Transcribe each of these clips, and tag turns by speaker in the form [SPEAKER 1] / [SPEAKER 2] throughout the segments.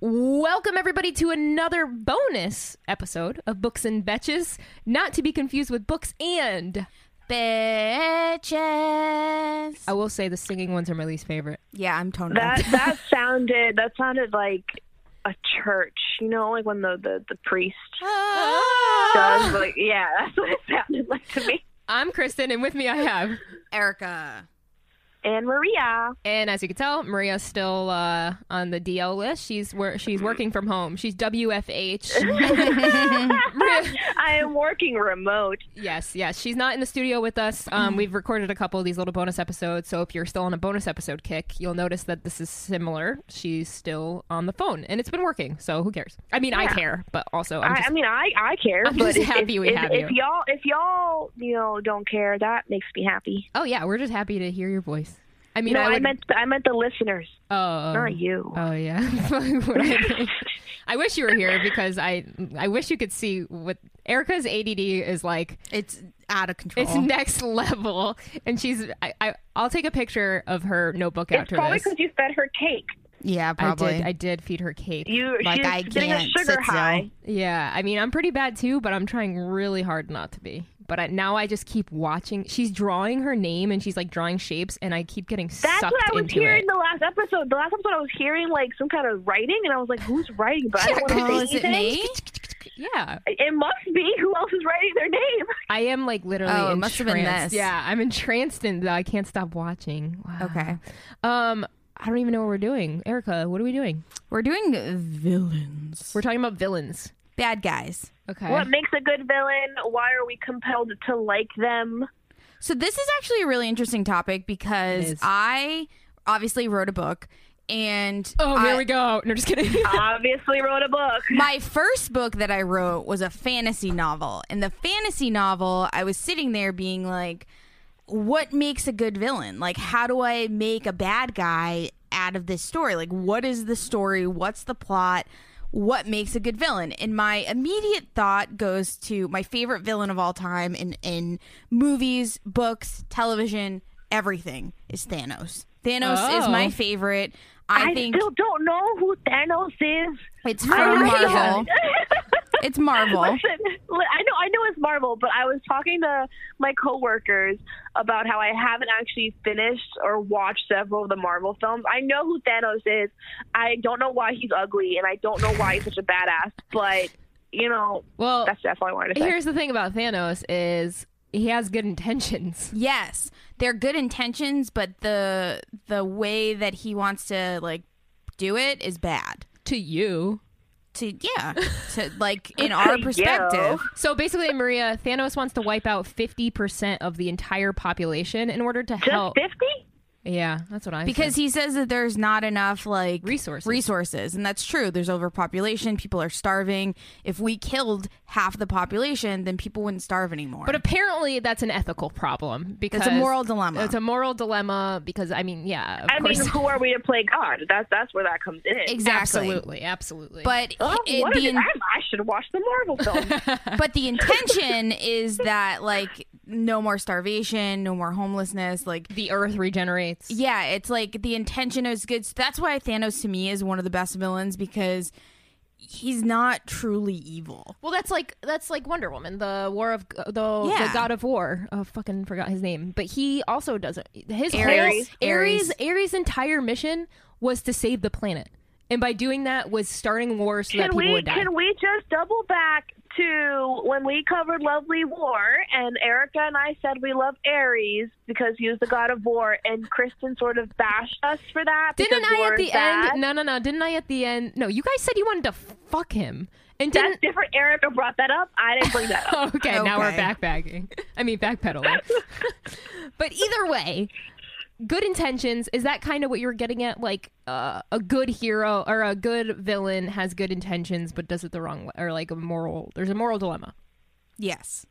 [SPEAKER 1] Welcome, everybody, to another bonus episode of Books and Betches, not to be confused with Books and.
[SPEAKER 2] Bitches.
[SPEAKER 1] I will say the singing ones are my least favorite.
[SPEAKER 2] Yeah, I'm totally.
[SPEAKER 3] That that sounded that sounded like a church, you know, like when the the, the priest does like yeah, that's what it sounded like to me.
[SPEAKER 1] I'm Kristen, and with me I have.
[SPEAKER 2] Erica.
[SPEAKER 3] And Maria.
[SPEAKER 1] And as you can tell, Maria's still uh, on the DL list. She's wor- she's working from home. She's WFH.
[SPEAKER 3] I am working remote.
[SPEAKER 1] yes, yes. She's not in the studio with us. Um,
[SPEAKER 3] Mm.
[SPEAKER 1] we've recorded a couple of these little bonus episodes. So if you're still on a bonus episode kick, you'll notice that this is similar. She's still on the phone, and it's been working. So who cares? I mean, I care, but also I'm
[SPEAKER 3] I,
[SPEAKER 1] just
[SPEAKER 3] I mean I I care,
[SPEAKER 1] I'm
[SPEAKER 3] but
[SPEAKER 1] just
[SPEAKER 3] if,
[SPEAKER 1] happy
[SPEAKER 3] if,
[SPEAKER 1] we
[SPEAKER 3] if,
[SPEAKER 1] have
[SPEAKER 3] if
[SPEAKER 1] you.
[SPEAKER 3] all if y'all, you know, don't care, that makes me happy.
[SPEAKER 1] Oh yeah, we're just happy to hear your voice. I mean,
[SPEAKER 3] no,
[SPEAKER 1] I,
[SPEAKER 3] I,
[SPEAKER 1] would,
[SPEAKER 3] meant I meant the listeners,
[SPEAKER 1] oh, oh,
[SPEAKER 3] not you.
[SPEAKER 1] oh yeah. What I, I wish you were here because I I wish you could see what Erica's ADD is like.
[SPEAKER 2] It's out of control.
[SPEAKER 1] It's next level, and she's I, I I'll take a picture of her notebook
[SPEAKER 3] it's
[SPEAKER 1] after
[SPEAKER 3] probably
[SPEAKER 1] this.
[SPEAKER 3] because you fed her cake.
[SPEAKER 2] yeah,
[SPEAKER 1] I
[SPEAKER 2] probably.
[SPEAKER 1] did I did feed her cake.
[SPEAKER 3] You
[SPEAKER 2] Like,
[SPEAKER 3] she's
[SPEAKER 2] I
[SPEAKER 3] getting a
[SPEAKER 2] can't
[SPEAKER 3] sugar
[SPEAKER 2] sit still.
[SPEAKER 3] high.
[SPEAKER 1] Yeah, I mean I'm pretty bad too, but I'm trying really hard not to be. But I, now I just keep watching. She's drawing her name and she's like drawing shapes, and I keep getting
[SPEAKER 3] That's
[SPEAKER 1] sucked
[SPEAKER 3] what I was
[SPEAKER 1] into
[SPEAKER 3] hearing
[SPEAKER 1] it.
[SPEAKER 3] the last episode. The last episode I was hearing like some kind of writing, and I was like, "Who's writing?" But I don't
[SPEAKER 2] Oh,
[SPEAKER 3] want
[SPEAKER 2] is
[SPEAKER 3] to say
[SPEAKER 2] it
[SPEAKER 3] anything.
[SPEAKER 2] me?
[SPEAKER 1] yeah.
[SPEAKER 3] It must be. Who else is writing their name?
[SPEAKER 1] I am like literally.
[SPEAKER 2] Oh, it
[SPEAKER 1] entranced.
[SPEAKER 2] must have been this.
[SPEAKER 1] Yeah, I'm entranced in that I can't stop watching. Wow.
[SPEAKER 2] Okay.
[SPEAKER 1] Um, I don't even know what we're doing, Erica. What are we doing?
[SPEAKER 2] We're doing villains.
[SPEAKER 1] We're talking about villains.
[SPEAKER 2] bad guys.
[SPEAKER 1] Okay.
[SPEAKER 3] What makes a good villain? Why are we compelled to like them?
[SPEAKER 2] So this is actually a really interesting topic because
[SPEAKER 1] is.
[SPEAKER 2] I obviously wrote a book and
[SPEAKER 1] Oh, here
[SPEAKER 2] I-
[SPEAKER 1] we go. No, just kidding.
[SPEAKER 3] Obviously, wrote a book.
[SPEAKER 2] my first book that I wrote was a fantasy novel. And the fantasy novel, I was sitting there being like, what makes a good villain? Like, how do I make a bad guy out of this story? Like, what is the story? What's the plot? What makes a good villain? And my immediate thought goes to my favorite villain of all time in, in movies, books, television, everything is Thanos. Thanos is
[SPEAKER 1] Oh.
[SPEAKER 2] my favorite. I,
[SPEAKER 3] I
[SPEAKER 2] think
[SPEAKER 3] still don't know who Thanos is.
[SPEAKER 2] it's
[SPEAKER 3] I
[SPEAKER 2] from
[SPEAKER 3] really
[SPEAKER 2] Marvel. It's Marvel.
[SPEAKER 3] Listen, li- I know, I know it's Marvel, but I was talking to my coworkers about how I haven't actually finished or watched several of the Marvel films. I know who Thanos is. I don't know why he's ugly, and I don't know why he's such a badass. But you know,
[SPEAKER 1] well,
[SPEAKER 3] that's that's all I wanted to say.
[SPEAKER 1] here's the thing about Thanos is he has good intentions.
[SPEAKER 2] Yes, they're good intentions, but the the way that he wants to like do it is bad.
[SPEAKER 1] To you.
[SPEAKER 2] To yeah, to like in our perspective,
[SPEAKER 1] So basically, Maria, Thanos wants to wipe out 50% of the entire population in order to
[SPEAKER 3] Just
[SPEAKER 1] help.
[SPEAKER 3] fifty?
[SPEAKER 1] Yeah, that's what I
[SPEAKER 2] because he says that there's not enough like
[SPEAKER 1] Resources.
[SPEAKER 2] resources, and that's true. There's overpopulation. People are starving. If we killed half the population, then people wouldn't starve anymore.
[SPEAKER 1] But apparently, that's an ethical problem because
[SPEAKER 2] it's a moral dilemma.
[SPEAKER 1] It's a moral dilemma because I mean, yeah, of
[SPEAKER 3] I
[SPEAKER 1] course.
[SPEAKER 3] mean, who are we to play God? That's that's where that comes in.
[SPEAKER 2] exactly.
[SPEAKER 1] absolutely, absolutely.
[SPEAKER 2] But
[SPEAKER 3] Oh,
[SPEAKER 2] it-
[SPEAKER 3] what
[SPEAKER 2] the
[SPEAKER 3] a-
[SPEAKER 2] in-
[SPEAKER 3] I'm- I should watch the Marvel film.
[SPEAKER 2] but the intention is that like no more starvation, no more homelessness, like
[SPEAKER 1] the Earth regenerates.
[SPEAKER 2] Yeah, it's like the intention is good. So that's why Thanos to me is one of the best villains because he's not truly evil.
[SPEAKER 1] Well, that's like that's like Wonder Woman, the War of the, the
[SPEAKER 2] Yeah.
[SPEAKER 1] God of War. Oh, fucking forgot his name, but he also doesn't. His
[SPEAKER 2] Ares.
[SPEAKER 1] whole Ares
[SPEAKER 2] Ares.
[SPEAKER 1] Ares' entire mission was to save the planet, and by doing that was starting war so that
[SPEAKER 3] can
[SPEAKER 1] people
[SPEAKER 3] we
[SPEAKER 1] would die.
[SPEAKER 3] can we just double back to when we covered Lovely War and Erica and I said we love Ares because he was the god of war and Kristen sort of bashed us for that.
[SPEAKER 1] Didn't
[SPEAKER 3] because
[SPEAKER 1] I
[SPEAKER 3] war
[SPEAKER 1] at
[SPEAKER 3] is
[SPEAKER 1] the
[SPEAKER 3] bad.
[SPEAKER 1] end? No, no, no. Didn't I at the end? No, you guys said you wanted to fuck him, and didn't
[SPEAKER 3] That's different. Erica brought that up. I didn't bring that up.
[SPEAKER 1] okay, now we're
[SPEAKER 2] Okay.
[SPEAKER 1] backpacking. I mean, backpedaling. but either way, good intentions is that kind of what you're getting at? Like uh, a good hero or a good villain has good intentions but does it the wrong way, or like a moral. There's a moral dilemma.
[SPEAKER 2] Yes.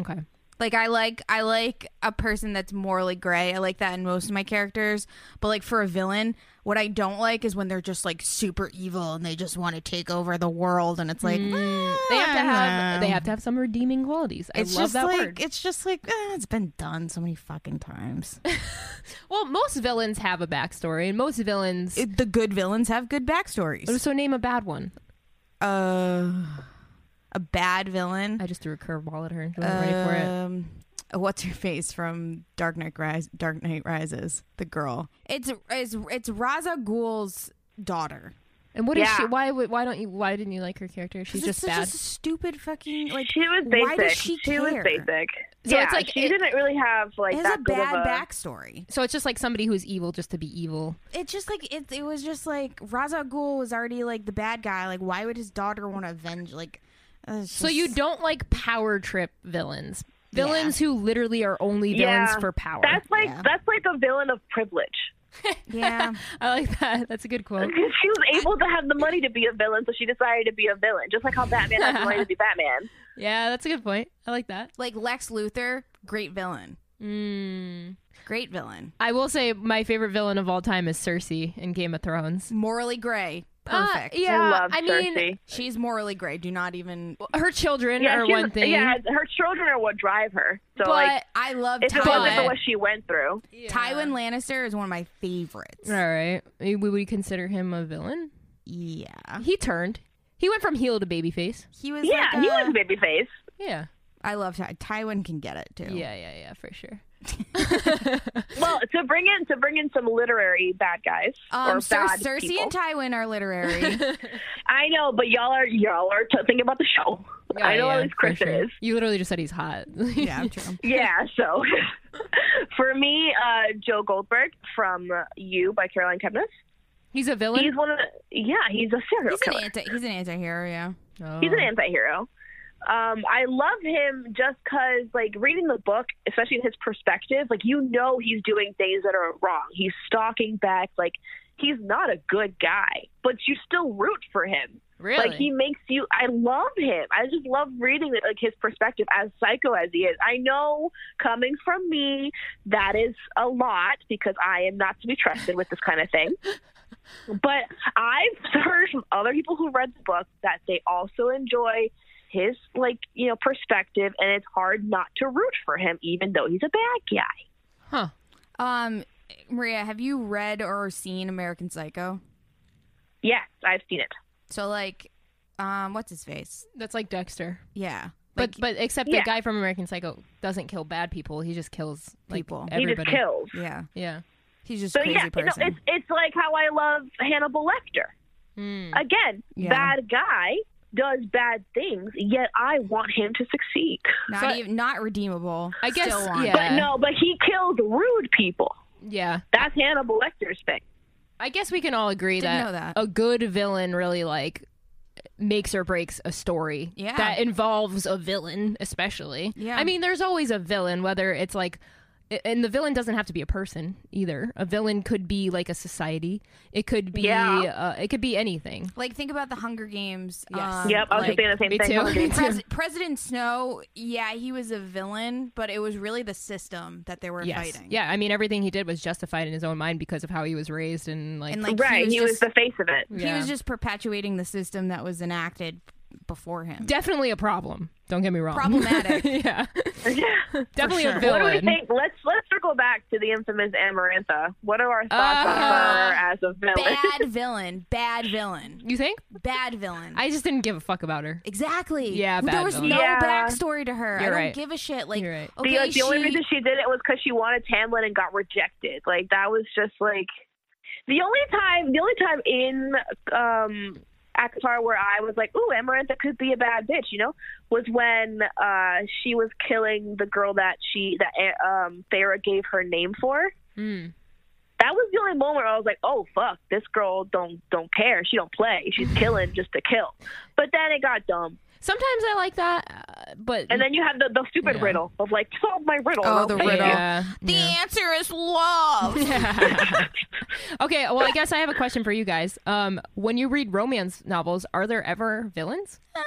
[SPEAKER 1] Okay.
[SPEAKER 2] Like I like I like a person that's morally gray. I like that in most of my characters. But like for a villain, what I don't like is when they're just like super evil and they just want to take over the world and it's like
[SPEAKER 1] They have to
[SPEAKER 2] "Ah,
[SPEAKER 1] have
[SPEAKER 2] no."
[SPEAKER 1] they have to have some redeeming qualities. I
[SPEAKER 2] it's
[SPEAKER 1] love
[SPEAKER 2] just
[SPEAKER 1] that
[SPEAKER 2] like
[SPEAKER 1] word.
[SPEAKER 2] it's just like eh, it's been done so many fucking times.
[SPEAKER 1] Well, most villains have a backstory, and most villains.
[SPEAKER 2] It- the good villains have good backstories.
[SPEAKER 1] so name a bad one.
[SPEAKER 2] Uh, a bad villain.
[SPEAKER 1] I just threw a curveball at her. and she wasn't ready for it.
[SPEAKER 2] Um, what's her face from Dark Knight Rise? Dark Knight Rises. The girl. It's it's it's Raza Ghul's daughter.
[SPEAKER 1] And what is
[SPEAKER 3] yeah.
[SPEAKER 1] she? Why? would- Why don't you? Why didn't you like her character? She's
[SPEAKER 2] 'Cause
[SPEAKER 1] just
[SPEAKER 2] it's such
[SPEAKER 1] bad.
[SPEAKER 2] a stupid fucking like.
[SPEAKER 3] She was basic.
[SPEAKER 2] Why does she care?
[SPEAKER 3] was basic.
[SPEAKER 1] So
[SPEAKER 3] yeah,
[SPEAKER 1] it's like
[SPEAKER 3] she
[SPEAKER 1] it-
[SPEAKER 3] didn't really have like
[SPEAKER 2] It has
[SPEAKER 3] that
[SPEAKER 2] a
[SPEAKER 3] good
[SPEAKER 2] bad
[SPEAKER 3] of a, uh,
[SPEAKER 2] backstory.
[SPEAKER 1] So it's just like somebody who's evil just to be evil.
[SPEAKER 2] It's just like it. It was just like Raza Ghul was already like the bad guy. Like, why would his daughter want to avenge? Like, uh, it's
[SPEAKER 1] So you
[SPEAKER 2] just-
[SPEAKER 1] don't like power trip villains. Villains who literally are only villains
[SPEAKER 3] Yeah.
[SPEAKER 1] for power.
[SPEAKER 3] That's like
[SPEAKER 2] Yeah.
[SPEAKER 3] that's like a villain of privilege.
[SPEAKER 2] yeah.
[SPEAKER 1] I like that. That's a good quote.
[SPEAKER 3] Because she was able to have the money to be a villain, so she decided to be a villain, just like how Batman has the money to be Batman.
[SPEAKER 1] Yeah, that's a good point. I like that.
[SPEAKER 2] like Lex Luthor, great villain,
[SPEAKER 1] Mm.
[SPEAKER 2] great villain,
[SPEAKER 1] I will say my favorite villain of all time is Cersei in Game of Thrones.
[SPEAKER 2] morally gray, perfect.
[SPEAKER 1] Uh, yeah,
[SPEAKER 3] I love
[SPEAKER 1] mean,
[SPEAKER 3] Cersei.
[SPEAKER 2] She's morally gray. Do not even.
[SPEAKER 1] her children
[SPEAKER 3] Yeah,
[SPEAKER 1] are
[SPEAKER 3] she's-
[SPEAKER 1] one thing.
[SPEAKER 3] Yeah, her children are what drive her. So
[SPEAKER 1] but
[SPEAKER 3] like,
[SPEAKER 2] I love
[SPEAKER 3] if it wasn't for
[SPEAKER 2] Tywin.
[SPEAKER 1] but-
[SPEAKER 3] what she went through,
[SPEAKER 2] Tywin Lannister is one of my favorites.
[SPEAKER 1] All right, we would consider him a villain.
[SPEAKER 2] Yeah,
[SPEAKER 1] He turned. He went from heel to babyface.
[SPEAKER 2] he was.
[SPEAKER 3] yeah,
[SPEAKER 2] like uh, a,
[SPEAKER 3] he was babyface.
[SPEAKER 1] Yeah,
[SPEAKER 2] I love Ty- Tywin. Can get it
[SPEAKER 3] Oh.
[SPEAKER 2] too.
[SPEAKER 1] yeah, yeah, yeah, for sure.
[SPEAKER 3] Well, to bring in to bring in some literary bad guys
[SPEAKER 2] Um,
[SPEAKER 3] or
[SPEAKER 2] Cer-
[SPEAKER 3] bad
[SPEAKER 2] Cersei
[SPEAKER 3] people.
[SPEAKER 2] and Tywin are literary.
[SPEAKER 3] I know, but y'all are y'all are t- thinking about the show. I know at least
[SPEAKER 1] for
[SPEAKER 3] Kristen
[SPEAKER 1] sure.
[SPEAKER 3] is.
[SPEAKER 1] You literally just said he's hot.
[SPEAKER 2] yeah, true.
[SPEAKER 3] Yeah, so for me, uh, Joe Goldberg from uh, You by Caroline Kepnes.
[SPEAKER 1] he's a villain.
[SPEAKER 3] He's one of the, yeah, he's a serial
[SPEAKER 2] He's
[SPEAKER 3] killer.
[SPEAKER 2] an anti. He's an anti-hero, Yeah.
[SPEAKER 1] Oh.
[SPEAKER 3] he's an anti-hero. Um, I love him just because, like, reading the book, especially his perspective, like, you know, he's doing things that are wrong. He's stalking back. Like, he's not a good guy, but you still root for him.
[SPEAKER 1] really.
[SPEAKER 3] Like he makes you. I love him. I just love reading like his perspective, as psycho as he is. I know coming from me, that is a lot because I am not to be trusted with this kind of thing. But I've heard from other people who read the book that they also enjoy his like you know perspective, and it's hard not to root for him, even though he's a bad guy.
[SPEAKER 1] huh.
[SPEAKER 2] Um, Maria, have you read or seen American Psycho?
[SPEAKER 3] Yes, I've seen it.
[SPEAKER 2] So like, um, what's his face?
[SPEAKER 1] That's like Dexter.
[SPEAKER 2] Yeah.
[SPEAKER 1] But
[SPEAKER 2] Like,
[SPEAKER 1] but except
[SPEAKER 3] Yeah.
[SPEAKER 1] the guy from American Psycho doesn't kill bad people. He just kills like,
[SPEAKER 2] People. He just
[SPEAKER 1] Everybody.
[SPEAKER 3] He just kills.
[SPEAKER 2] yeah,
[SPEAKER 1] Yeah.
[SPEAKER 2] he's just a
[SPEAKER 3] So
[SPEAKER 2] crazy
[SPEAKER 3] yeah, you know,
[SPEAKER 2] person.
[SPEAKER 3] it's it's like how I love Hannibal Lecter.
[SPEAKER 1] Hmm.
[SPEAKER 3] again,
[SPEAKER 2] Yeah.
[SPEAKER 3] bad guy does bad things, yet I want him to succeed.
[SPEAKER 2] not
[SPEAKER 1] but-
[SPEAKER 2] even not redeemable.
[SPEAKER 1] I guess-
[SPEAKER 2] Still want
[SPEAKER 1] yeah.
[SPEAKER 2] it.
[SPEAKER 3] But no, but he killed rude people.
[SPEAKER 1] Yeah.
[SPEAKER 3] That's Hannibal Lecter's thing.
[SPEAKER 1] I guess we can all agree
[SPEAKER 2] Didn't
[SPEAKER 1] that,
[SPEAKER 2] know that.
[SPEAKER 1] a good villain really like makes or breaks a story
[SPEAKER 2] Yeah.
[SPEAKER 1] that involves a villain, especially.
[SPEAKER 2] Yeah.
[SPEAKER 1] I mean, there's always a villain, whether it's like, and the villain doesn't have to be a person either. A villain could be like a society. It could be.
[SPEAKER 3] Yeah.
[SPEAKER 1] Uh, it could be anything.
[SPEAKER 2] Like think about the Hunger Games.
[SPEAKER 1] Yes.
[SPEAKER 2] um,
[SPEAKER 3] Yep, I was
[SPEAKER 2] like,
[SPEAKER 3] just saying the same
[SPEAKER 1] me
[SPEAKER 3] thing.
[SPEAKER 1] too.
[SPEAKER 3] Okay.
[SPEAKER 2] Pres- President Snow, yeah, he was a villain, but it was really the system that they were
[SPEAKER 1] Yes.
[SPEAKER 2] fighting.
[SPEAKER 1] Yeah. I mean, everything he did was justified in his own mind because of how he was raised and like.
[SPEAKER 2] and like
[SPEAKER 3] right,
[SPEAKER 2] he was, just,
[SPEAKER 3] the face of it.
[SPEAKER 2] he
[SPEAKER 1] Yeah.
[SPEAKER 2] was just perpetuating the system that was enacted before him.
[SPEAKER 1] definitely a problem. Don't get me wrong.
[SPEAKER 2] Problematic.
[SPEAKER 1] yeah. Definitely
[SPEAKER 2] sure.
[SPEAKER 1] a
[SPEAKER 3] What
[SPEAKER 1] villain.
[SPEAKER 3] do we think? Let's let's circle back to the infamous Amarantha. What are our thoughts on
[SPEAKER 1] Uh,
[SPEAKER 3] her as a villain?
[SPEAKER 2] bad villain, bad villain,
[SPEAKER 1] You think?
[SPEAKER 2] bad villain.
[SPEAKER 1] I just didn't give a fuck about her.
[SPEAKER 2] exactly.
[SPEAKER 1] Yeah,
[SPEAKER 2] there
[SPEAKER 1] bad
[SPEAKER 2] was
[SPEAKER 1] villain.
[SPEAKER 2] no
[SPEAKER 3] Yeah.
[SPEAKER 2] backstory to her. I
[SPEAKER 1] You're
[SPEAKER 2] don't
[SPEAKER 1] right.
[SPEAKER 2] give a shit. Like,
[SPEAKER 1] You're right.
[SPEAKER 2] okay,
[SPEAKER 3] the, like, the
[SPEAKER 2] she,
[SPEAKER 3] only reason she did it was because she wanted Tamlin and got rejected. Like that was just like the only time. The only time in um, Akatar where I was like, "Ooh, Amarantha could be a bad bitch," you know, was when uh, she was killing the girl that she that uh, um, Thera gave her name for.
[SPEAKER 2] Hmm.
[SPEAKER 1] Mm.
[SPEAKER 3] That was the only moment where I was like, "Oh fuck, this girl don't don't care. She don't play. She's killing just to kill." But then it got dumb.
[SPEAKER 1] Sometimes I like that. uh, but
[SPEAKER 3] And then you have the, the stupid
[SPEAKER 1] Yeah.
[SPEAKER 3] riddle of like solve my riddle.
[SPEAKER 2] Oh,
[SPEAKER 3] I'll
[SPEAKER 2] the
[SPEAKER 3] pay you.
[SPEAKER 2] riddle.
[SPEAKER 1] yeah.
[SPEAKER 2] The answer is love.
[SPEAKER 1] okay, well, I guess I have a question for you guys. Um, when you read romance novels, are there ever villains?
[SPEAKER 2] Uh,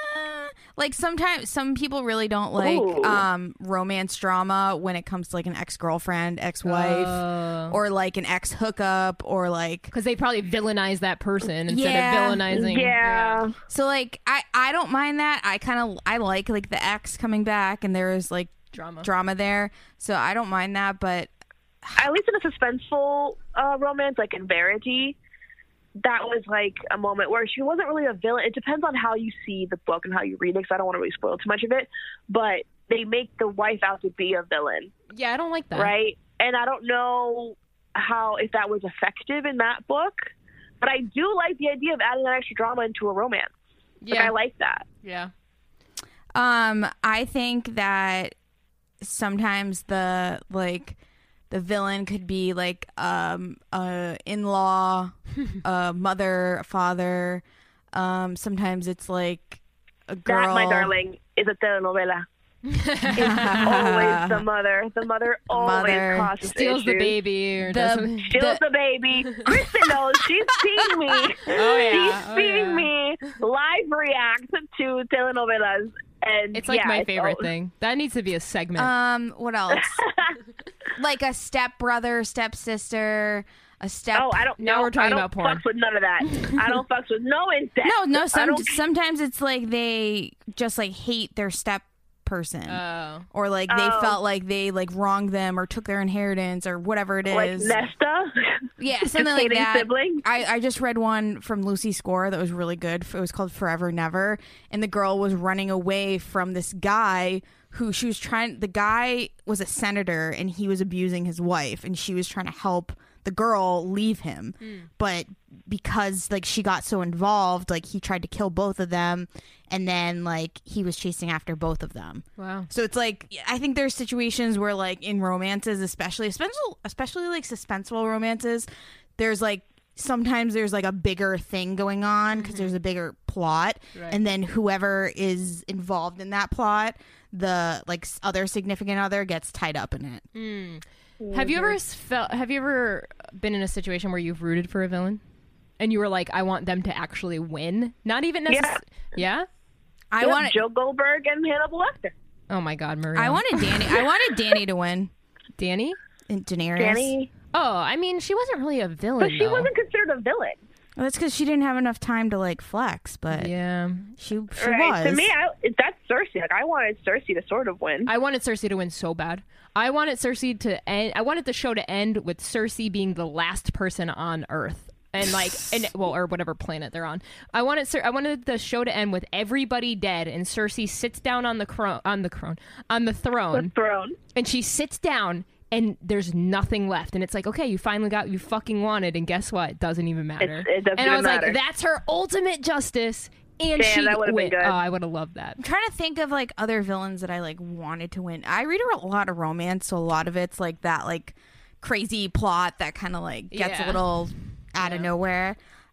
[SPEAKER 2] like sometimes some people really don't like
[SPEAKER 3] Ooh.
[SPEAKER 2] um romance drama when it comes to like an ex-girlfriend, ex-wife
[SPEAKER 1] Oh.
[SPEAKER 2] or like an ex hookup or like
[SPEAKER 1] Because Uh, they probably villainize that person instead
[SPEAKER 2] Yeah.
[SPEAKER 1] of villainizing.
[SPEAKER 3] Yeah.
[SPEAKER 2] so like I I don't mind that. I kind of I like like the ex coming back and there is like
[SPEAKER 1] Drama.
[SPEAKER 2] drama there. So I don't mind that, but
[SPEAKER 3] At least in a suspenseful uh, romance, like in Verity, that was like a moment where she wasn't really a villain. It depends on how you see the book and how you read it, 'cause I don't want to really spoil too much of it. But they make the wife out to be a villain.
[SPEAKER 1] Yeah, I don't like that.
[SPEAKER 3] right? And I don't know how if that was effective in that book, but I do like the idea of adding that extra drama into a romance. Like,
[SPEAKER 1] Yeah.
[SPEAKER 3] I like that.
[SPEAKER 1] yeah.
[SPEAKER 2] Um, I think that sometimes the like the villain could be like um a in law, a mother, a father. Um, sometimes it's like a girl.
[SPEAKER 3] That, my darling, is a telenovela. Always the mother. The mother always
[SPEAKER 2] Mother
[SPEAKER 3] causes
[SPEAKER 1] Steals the
[SPEAKER 3] issues.
[SPEAKER 1] baby or does
[SPEAKER 2] The,
[SPEAKER 1] something.
[SPEAKER 3] Steals
[SPEAKER 2] the
[SPEAKER 3] the baby. Kristen knows. She's seen me.
[SPEAKER 1] Oh, yeah.
[SPEAKER 3] She's
[SPEAKER 1] Oh,
[SPEAKER 3] seen
[SPEAKER 1] yeah.
[SPEAKER 3] me live react to telenovelas, and
[SPEAKER 1] It's like
[SPEAKER 3] yeah,
[SPEAKER 1] my
[SPEAKER 3] it's
[SPEAKER 1] favorite
[SPEAKER 3] all-
[SPEAKER 1] thing. That needs to be a segment.
[SPEAKER 2] um, what else? like a stepbrother, stepsister, a step.
[SPEAKER 3] Oh, I don't.
[SPEAKER 1] Now
[SPEAKER 3] no,
[SPEAKER 1] we're talking
[SPEAKER 3] I don't
[SPEAKER 1] about porn.
[SPEAKER 3] Fucks with none of that. I don't fucks with no incest.
[SPEAKER 2] no, no.
[SPEAKER 3] I
[SPEAKER 2] Some
[SPEAKER 3] don't
[SPEAKER 2] sometimes it's like they just like hate their step person.
[SPEAKER 1] Oh.
[SPEAKER 2] or like they
[SPEAKER 3] Oh.
[SPEAKER 2] felt like they like wronged them or took their inheritance or whatever it
[SPEAKER 3] like
[SPEAKER 2] is.
[SPEAKER 3] Nesta.
[SPEAKER 2] yeah, something like
[SPEAKER 3] Hating
[SPEAKER 2] that.
[SPEAKER 3] Siblings.
[SPEAKER 2] I, I just read one from Lucy Score that was really good. It was called Forever Never, and the girl was running away from this guy who she was trying. The guy was a senator, and he was abusing his wife, and she was trying to help the girl leave him.
[SPEAKER 3] Hmm.
[SPEAKER 2] But because like she got so involved, like he tried to kill both of them, and then like he was chasing after both of them.
[SPEAKER 1] Wow.
[SPEAKER 2] So it's like I think there's situations where like in romances, especially especially especially like suspenseful romances, there's like sometimes there's like a bigger thing going on because there's a
[SPEAKER 3] Mm-hmm.
[SPEAKER 2] bigger plot,
[SPEAKER 1] Right.
[SPEAKER 2] and then whoever is involved in that plot, the like s- other significant other gets tied up in it.
[SPEAKER 1] Have you
[SPEAKER 3] Mm-hmm.
[SPEAKER 1] ever s- felt? Have you ever been in a situation where you've rooted for a villain, and you were like, "I want them to actually win"? Not even
[SPEAKER 3] Yeah.
[SPEAKER 1] necessarily. Yeah.
[SPEAKER 2] I
[SPEAKER 3] Yep,
[SPEAKER 2] want
[SPEAKER 3] Joe Goldberg and Hannibal Lecter.
[SPEAKER 1] Oh my God, Maria.
[SPEAKER 2] I wanted Danny. I wanted Danny to win.
[SPEAKER 1] Danny.
[SPEAKER 2] And Daenerys.
[SPEAKER 3] Danny,
[SPEAKER 1] Oh, I mean, she wasn't really a villain.
[SPEAKER 3] but she
[SPEAKER 1] though.
[SPEAKER 3] wasn't considered a villain.
[SPEAKER 2] Well, that's because she didn't have enough time to like flex, but
[SPEAKER 1] Yeah.
[SPEAKER 2] she she was.
[SPEAKER 3] right? To me, I, that's Cersei. Like I wanted Cersei to sort of win.
[SPEAKER 1] I wanted Cersei to win so bad. I wanted Cersei to end. I wanted the show to end with Cersei being the last person on Earth. And like, and well, or whatever planet they're on. I wanted, Cer- I wanted the show to end with everybody dead, and Cersei sits down on the crone, on the crone, on the throne,
[SPEAKER 3] Throne.
[SPEAKER 1] and she sits down, and there's nothing left, and it's like, okay, you finally got what you fucking wanted, and guess what? It doesn't even matter.
[SPEAKER 3] It's- it doesn't
[SPEAKER 1] and I was
[SPEAKER 3] matter.
[SPEAKER 1] like, that's her ultimate justice, and
[SPEAKER 3] Damn,
[SPEAKER 1] she
[SPEAKER 3] that would've been
[SPEAKER 1] win-
[SPEAKER 3] good.
[SPEAKER 1] Oh, I would have loved that.
[SPEAKER 2] trying to think of like other villains that I like wanted to win. I read a lot of romance, so a lot of it's like that like crazy plot that kind of like gets
[SPEAKER 1] Yeah.
[SPEAKER 2] a little out of nowhere.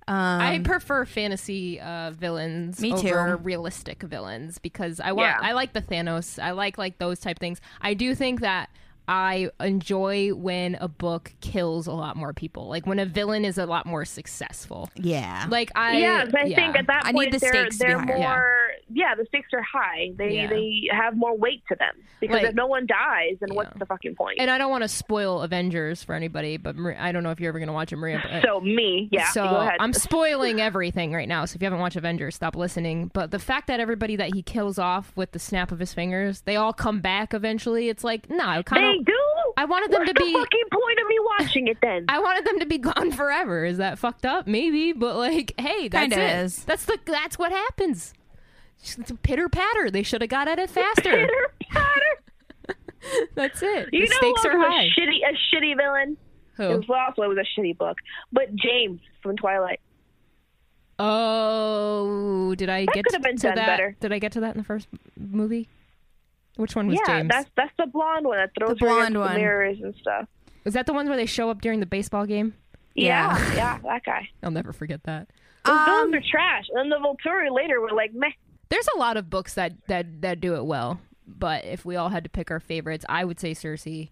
[SPEAKER 2] Um,
[SPEAKER 1] I prefer fantasy uh, villains
[SPEAKER 2] Me
[SPEAKER 1] over
[SPEAKER 2] too.
[SPEAKER 1] realistic villains because I want
[SPEAKER 3] Yeah.
[SPEAKER 1] I like the Thanos. I like like those type things. I do think that I enjoy when a book kills a lot more people. Like when a villain is a lot more successful.
[SPEAKER 2] yeah,
[SPEAKER 1] Like I
[SPEAKER 3] yeah, 'cause I think at that
[SPEAKER 2] I need
[SPEAKER 3] point
[SPEAKER 2] the
[SPEAKER 3] they're
[SPEAKER 2] stakes to be
[SPEAKER 3] they're
[SPEAKER 2] higher.
[SPEAKER 1] Yeah.
[SPEAKER 3] more. Yeah. the stakes are high. They
[SPEAKER 1] Yeah.
[SPEAKER 3] they have more weight to them because
[SPEAKER 1] Like-
[SPEAKER 3] if no one dies, then what's
[SPEAKER 1] Yeah.
[SPEAKER 3] the fucking point?
[SPEAKER 1] and I don't want to spoil Avengers for anybody, but Mar- I don't know if you're ever going to watch it, Maria. But
[SPEAKER 3] so me, yeah.
[SPEAKER 1] so
[SPEAKER 3] go ahead.
[SPEAKER 1] I'm spoiling everything right now. So if you haven't watched Avengers, stop listening. But the fact that everybody that he kills off with the snap of his fingers, they all come back eventually. It's like no, I kind
[SPEAKER 3] they
[SPEAKER 1] of.
[SPEAKER 3] do.
[SPEAKER 1] I wanted them
[SPEAKER 3] what's
[SPEAKER 1] to
[SPEAKER 3] the
[SPEAKER 1] be-
[SPEAKER 3] fucking point of me watching it then?
[SPEAKER 1] I wanted them to be gone forever. Is that fucked up? Maybe, but like, hey, that's
[SPEAKER 2] Kinda
[SPEAKER 1] it.
[SPEAKER 2] is.
[SPEAKER 1] That's the that's what happens. It's pitter patter. They should have got at it faster.
[SPEAKER 3] Pitter patter.
[SPEAKER 1] that's it.
[SPEAKER 3] You
[SPEAKER 1] the
[SPEAKER 3] know
[SPEAKER 1] stakes
[SPEAKER 3] who
[SPEAKER 1] are
[SPEAKER 3] was
[SPEAKER 1] high.
[SPEAKER 3] A shitty, a shitty villain. It
[SPEAKER 1] Who?
[SPEAKER 3] was also it was a shitty book, but James from Twilight.
[SPEAKER 1] Oh, did I get
[SPEAKER 3] could
[SPEAKER 1] to,
[SPEAKER 3] have been
[SPEAKER 1] to
[SPEAKER 3] done
[SPEAKER 1] that?
[SPEAKER 3] better.
[SPEAKER 1] Did I get to that in the first m- movie? Which one was
[SPEAKER 3] yeah,
[SPEAKER 1] James?
[SPEAKER 3] that's that's the blonde one that throws
[SPEAKER 2] The
[SPEAKER 3] her
[SPEAKER 2] blonde
[SPEAKER 3] against
[SPEAKER 2] one.
[SPEAKER 3] the mirrors and stuff.
[SPEAKER 1] Is that the one where they show up during the baseball game?
[SPEAKER 3] Yeah, yeah, that guy.
[SPEAKER 1] I'll never forget that. Um,
[SPEAKER 2] Um,
[SPEAKER 3] Those villains are trash. And then the Volturi later were like, meh.
[SPEAKER 1] There's a lot of books that that that do it well, but if we all had to pick our favorites, I would say Cersei.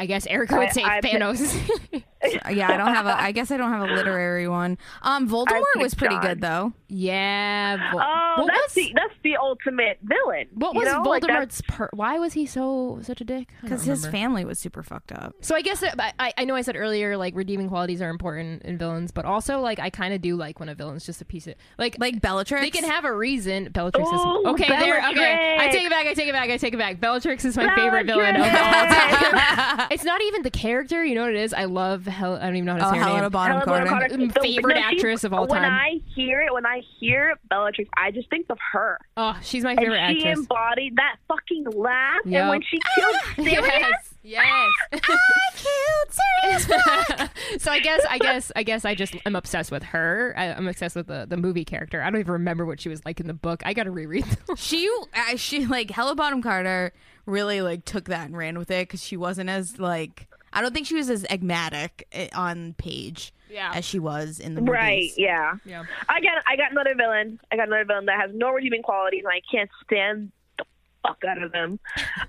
[SPEAKER 1] I guess Erica would
[SPEAKER 3] I-
[SPEAKER 1] say
[SPEAKER 3] I pick-
[SPEAKER 1] Thanos.
[SPEAKER 2] yeah, I don't have a. I guess I don't have a literary one. Um, Voldemort
[SPEAKER 3] picked
[SPEAKER 2] was pretty
[SPEAKER 3] John.
[SPEAKER 2] good though.
[SPEAKER 1] yeah. Vo-
[SPEAKER 3] Oh,
[SPEAKER 1] what
[SPEAKER 3] that's
[SPEAKER 1] was
[SPEAKER 3] the that's the ultimate villain.
[SPEAKER 1] what
[SPEAKER 3] you
[SPEAKER 1] was
[SPEAKER 3] know? Like, that's-
[SPEAKER 1] Voldemort's? per- why was he so such a dick? I don't
[SPEAKER 2] Because his
[SPEAKER 1] remember.
[SPEAKER 2] family was super fucked up.
[SPEAKER 1] So I guess I, I I know I said earlier like redeeming qualities are important in villains, but also like I kind of do like when a villain's just a piece of like
[SPEAKER 2] Like Bellatrix.
[SPEAKER 1] they can have a reason. Bellatrix is
[SPEAKER 3] Ooh,
[SPEAKER 1] okay. There, okay. I
[SPEAKER 3] Bellatrix.
[SPEAKER 1] take it back. I take it back. I take it back. Bellatrix is my favorite villain of all
[SPEAKER 3] Bellatrix.
[SPEAKER 1] time. it's not even the character. You know what it is? I love Hel. I don't even know how to
[SPEAKER 2] oh,
[SPEAKER 1] say her
[SPEAKER 2] Helena
[SPEAKER 1] name.
[SPEAKER 2] Bonham
[SPEAKER 3] Helena
[SPEAKER 2] Carter.
[SPEAKER 3] Bonham
[SPEAKER 1] Carter.
[SPEAKER 3] Carter. The-
[SPEAKER 1] Favorite
[SPEAKER 3] no, she-
[SPEAKER 1] actress of all
[SPEAKER 3] When
[SPEAKER 1] time.
[SPEAKER 3] I hear it, when I hear Bellatrix, I just think of her.
[SPEAKER 1] oh, she's my
[SPEAKER 3] And
[SPEAKER 1] favorite
[SPEAKER 3] she
[SPEAKER 1] actress.
[SPEAKER 3] embodied that fucking laugh.
[SPEAKER 1] Yep.
[SPEAKER 3] And when she killed Sirius,
[SPEAKER 1] yes. Yes.
[SPEAKER 2] Cute, serious.
[SPEAKER 1] so I guess I guess I guess I just I'm obsessed with her. I, I'm obsessed with the, the movie character. I don't even remember what she was like in the book. I got to reread. Them.
[SPEAKER 2] she uh, she like Helena Bonham Carter really like took that and ran with it because she wasn't as like I don't think she was as enigmatic eh, on page
[SPEAKER 1] Yeah.
[SPEAKER 2] as she was in the movies.
[SPEAKER 3] right? Yeah.
[SPEAKER 1] Yeah.
[SPEAKER 3] I got I got another villain. I got another villain that has no redeeming qualities, and I can't stand the fuck out of them.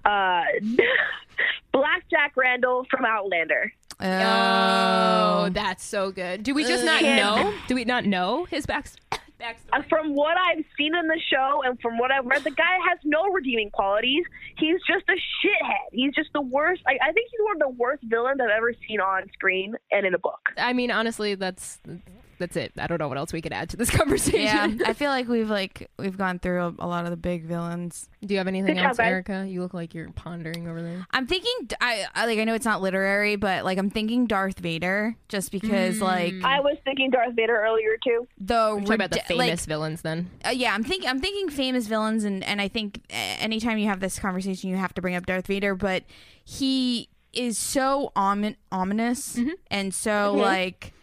[SPEAKER 3] Uh, Blackjack Randall from Outlander.
[SPEAKER 2] Oh,
[SPEAKER 1] Oh, that's so good. Do we just not
[SPEAKER 3] Ugh.
[SPEAKER 1] know? Do we not know his backstory?
[SPEAKER 3] Uh, From what I've seen in the show and from what I've read, the guy has no redeeming qualities. He's just a shithead. He's just the worst. I, I think he's one of the worst villains I've ever seen on screen and in a book.
[SPEAKER 1] I mean, honestly, that's that's it. I don't know what else we could add to this conversation.
[SPEAKER 2] yeah. I feel like we've like we've gone through a, a lot of the big villains.
[SPEAKER 1] Do you have anything
[SPEAKER 3] Good job,
[SPEAKER 1] else,
[SPEAKER 3] guys.
[SPEAKER 1] Erica? You look like you're pondering over there.
[SPEAKER 2] I'm thinking I, I like I know it's not literary, but like I'm thinking Darth Vader just because
[SPEAKER 1] Mm.
[SPEAKER 2] like
[SPEAKER 3] I was thinking Darth Vader earlier too.
[SPEAKER 2] the
[SPEAKER 1] Talk about the
[SPEAKER 2] rede-
[SPEAKER 1] famous
[SPEAKER 2] like,
[SPEAKER 1] villains, then.
[SPEAKER 2] uh, yeah, I'm thinking I'm thinking famous villains, and and I think uh, anytime you have this conversation, you have to bring up Darth Vader, but he is so omin- ominous and so like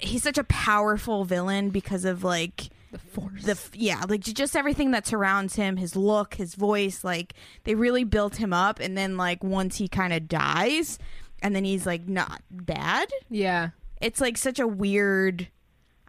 [SPEAKER 2] he's such a powerful villain because of like
[SPEAKER 1] The force.
[SPEAKER 2] the f- yeah like ju- just everything that surrounds him his look his voice like they really built him up and then like once he kind of dies and then he's like not bad
[SPEAKER 1] yeah,
[SPEAKER 2] it's like such a weird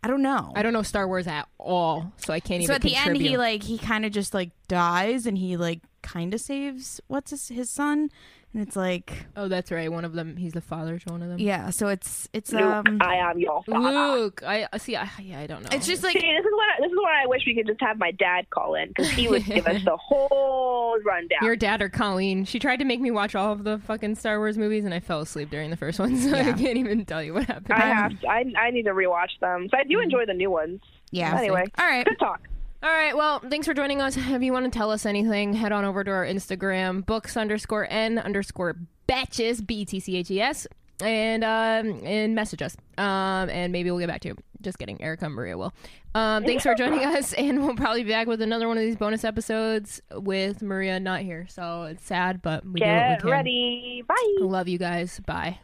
[SPEAKER 2] i don't know
[SPEAKER 1] I don't know Star Wars at all, so I can't
[SPEAKER 2] so
[SPEAKER 1] even.
[SPEAKER 2] at the end
[SPEAKER 1] contribute.
[SPEAKER 2] he like he kind of just like dies and he like kind of saves what's his, his son and it's like
[SPEAKER 1] oh, that's right. One of them. He's the father to one of them.
[SPEAKER 2] yeah so it's it's
[SPEAKER 3] Luke,
[SPEAKER 2] um
[SPEAKER 3] I am your father.
[SPEAKER 1] Luke, I uh, see. I, yeah, I don't know.
[SPEAKER 2] it's just
[SPEAKER 3] See,
[SPEAKER 2] like
[SPEAKER 3] this is what this is what I wish we could just have my dad call in because he would give us the whole rundown.
[SPEAKER 1] Your dad or Colleen. She tried to make me watch all of the fucking Star Wars movies, and I fell asleep during the first one, so I can't even tell you what happened.
[SPEAKER 3] I have to, I I need to rewatch them. So I do enjoy the new ones.
[SPEAKER 2] Mm. yeah
[SPEAKER 3] Anyway,
[SPEAKER 2] all right
[SPEAKER 3] good talk.
[SPEAKER 1] All right. Well, thanks for joining us. If you want to tell us anything, head on over to our Instagram, books underscore n underscore batches, B T C H E S, and um, and message us. Um, and maybe we'll get back to you. Just kidding. Erica and Maria will. Um, thanks for joining us, and we'll probably be back with another one of these bonus episodes with Maria not here. So it's sad, but we do what we
[SPEAKER 3] Get
[SPEAKER 1] can.
[SPEAKER 3] ready. Bye.
[SPEAKER 1] Love you guys. Bye.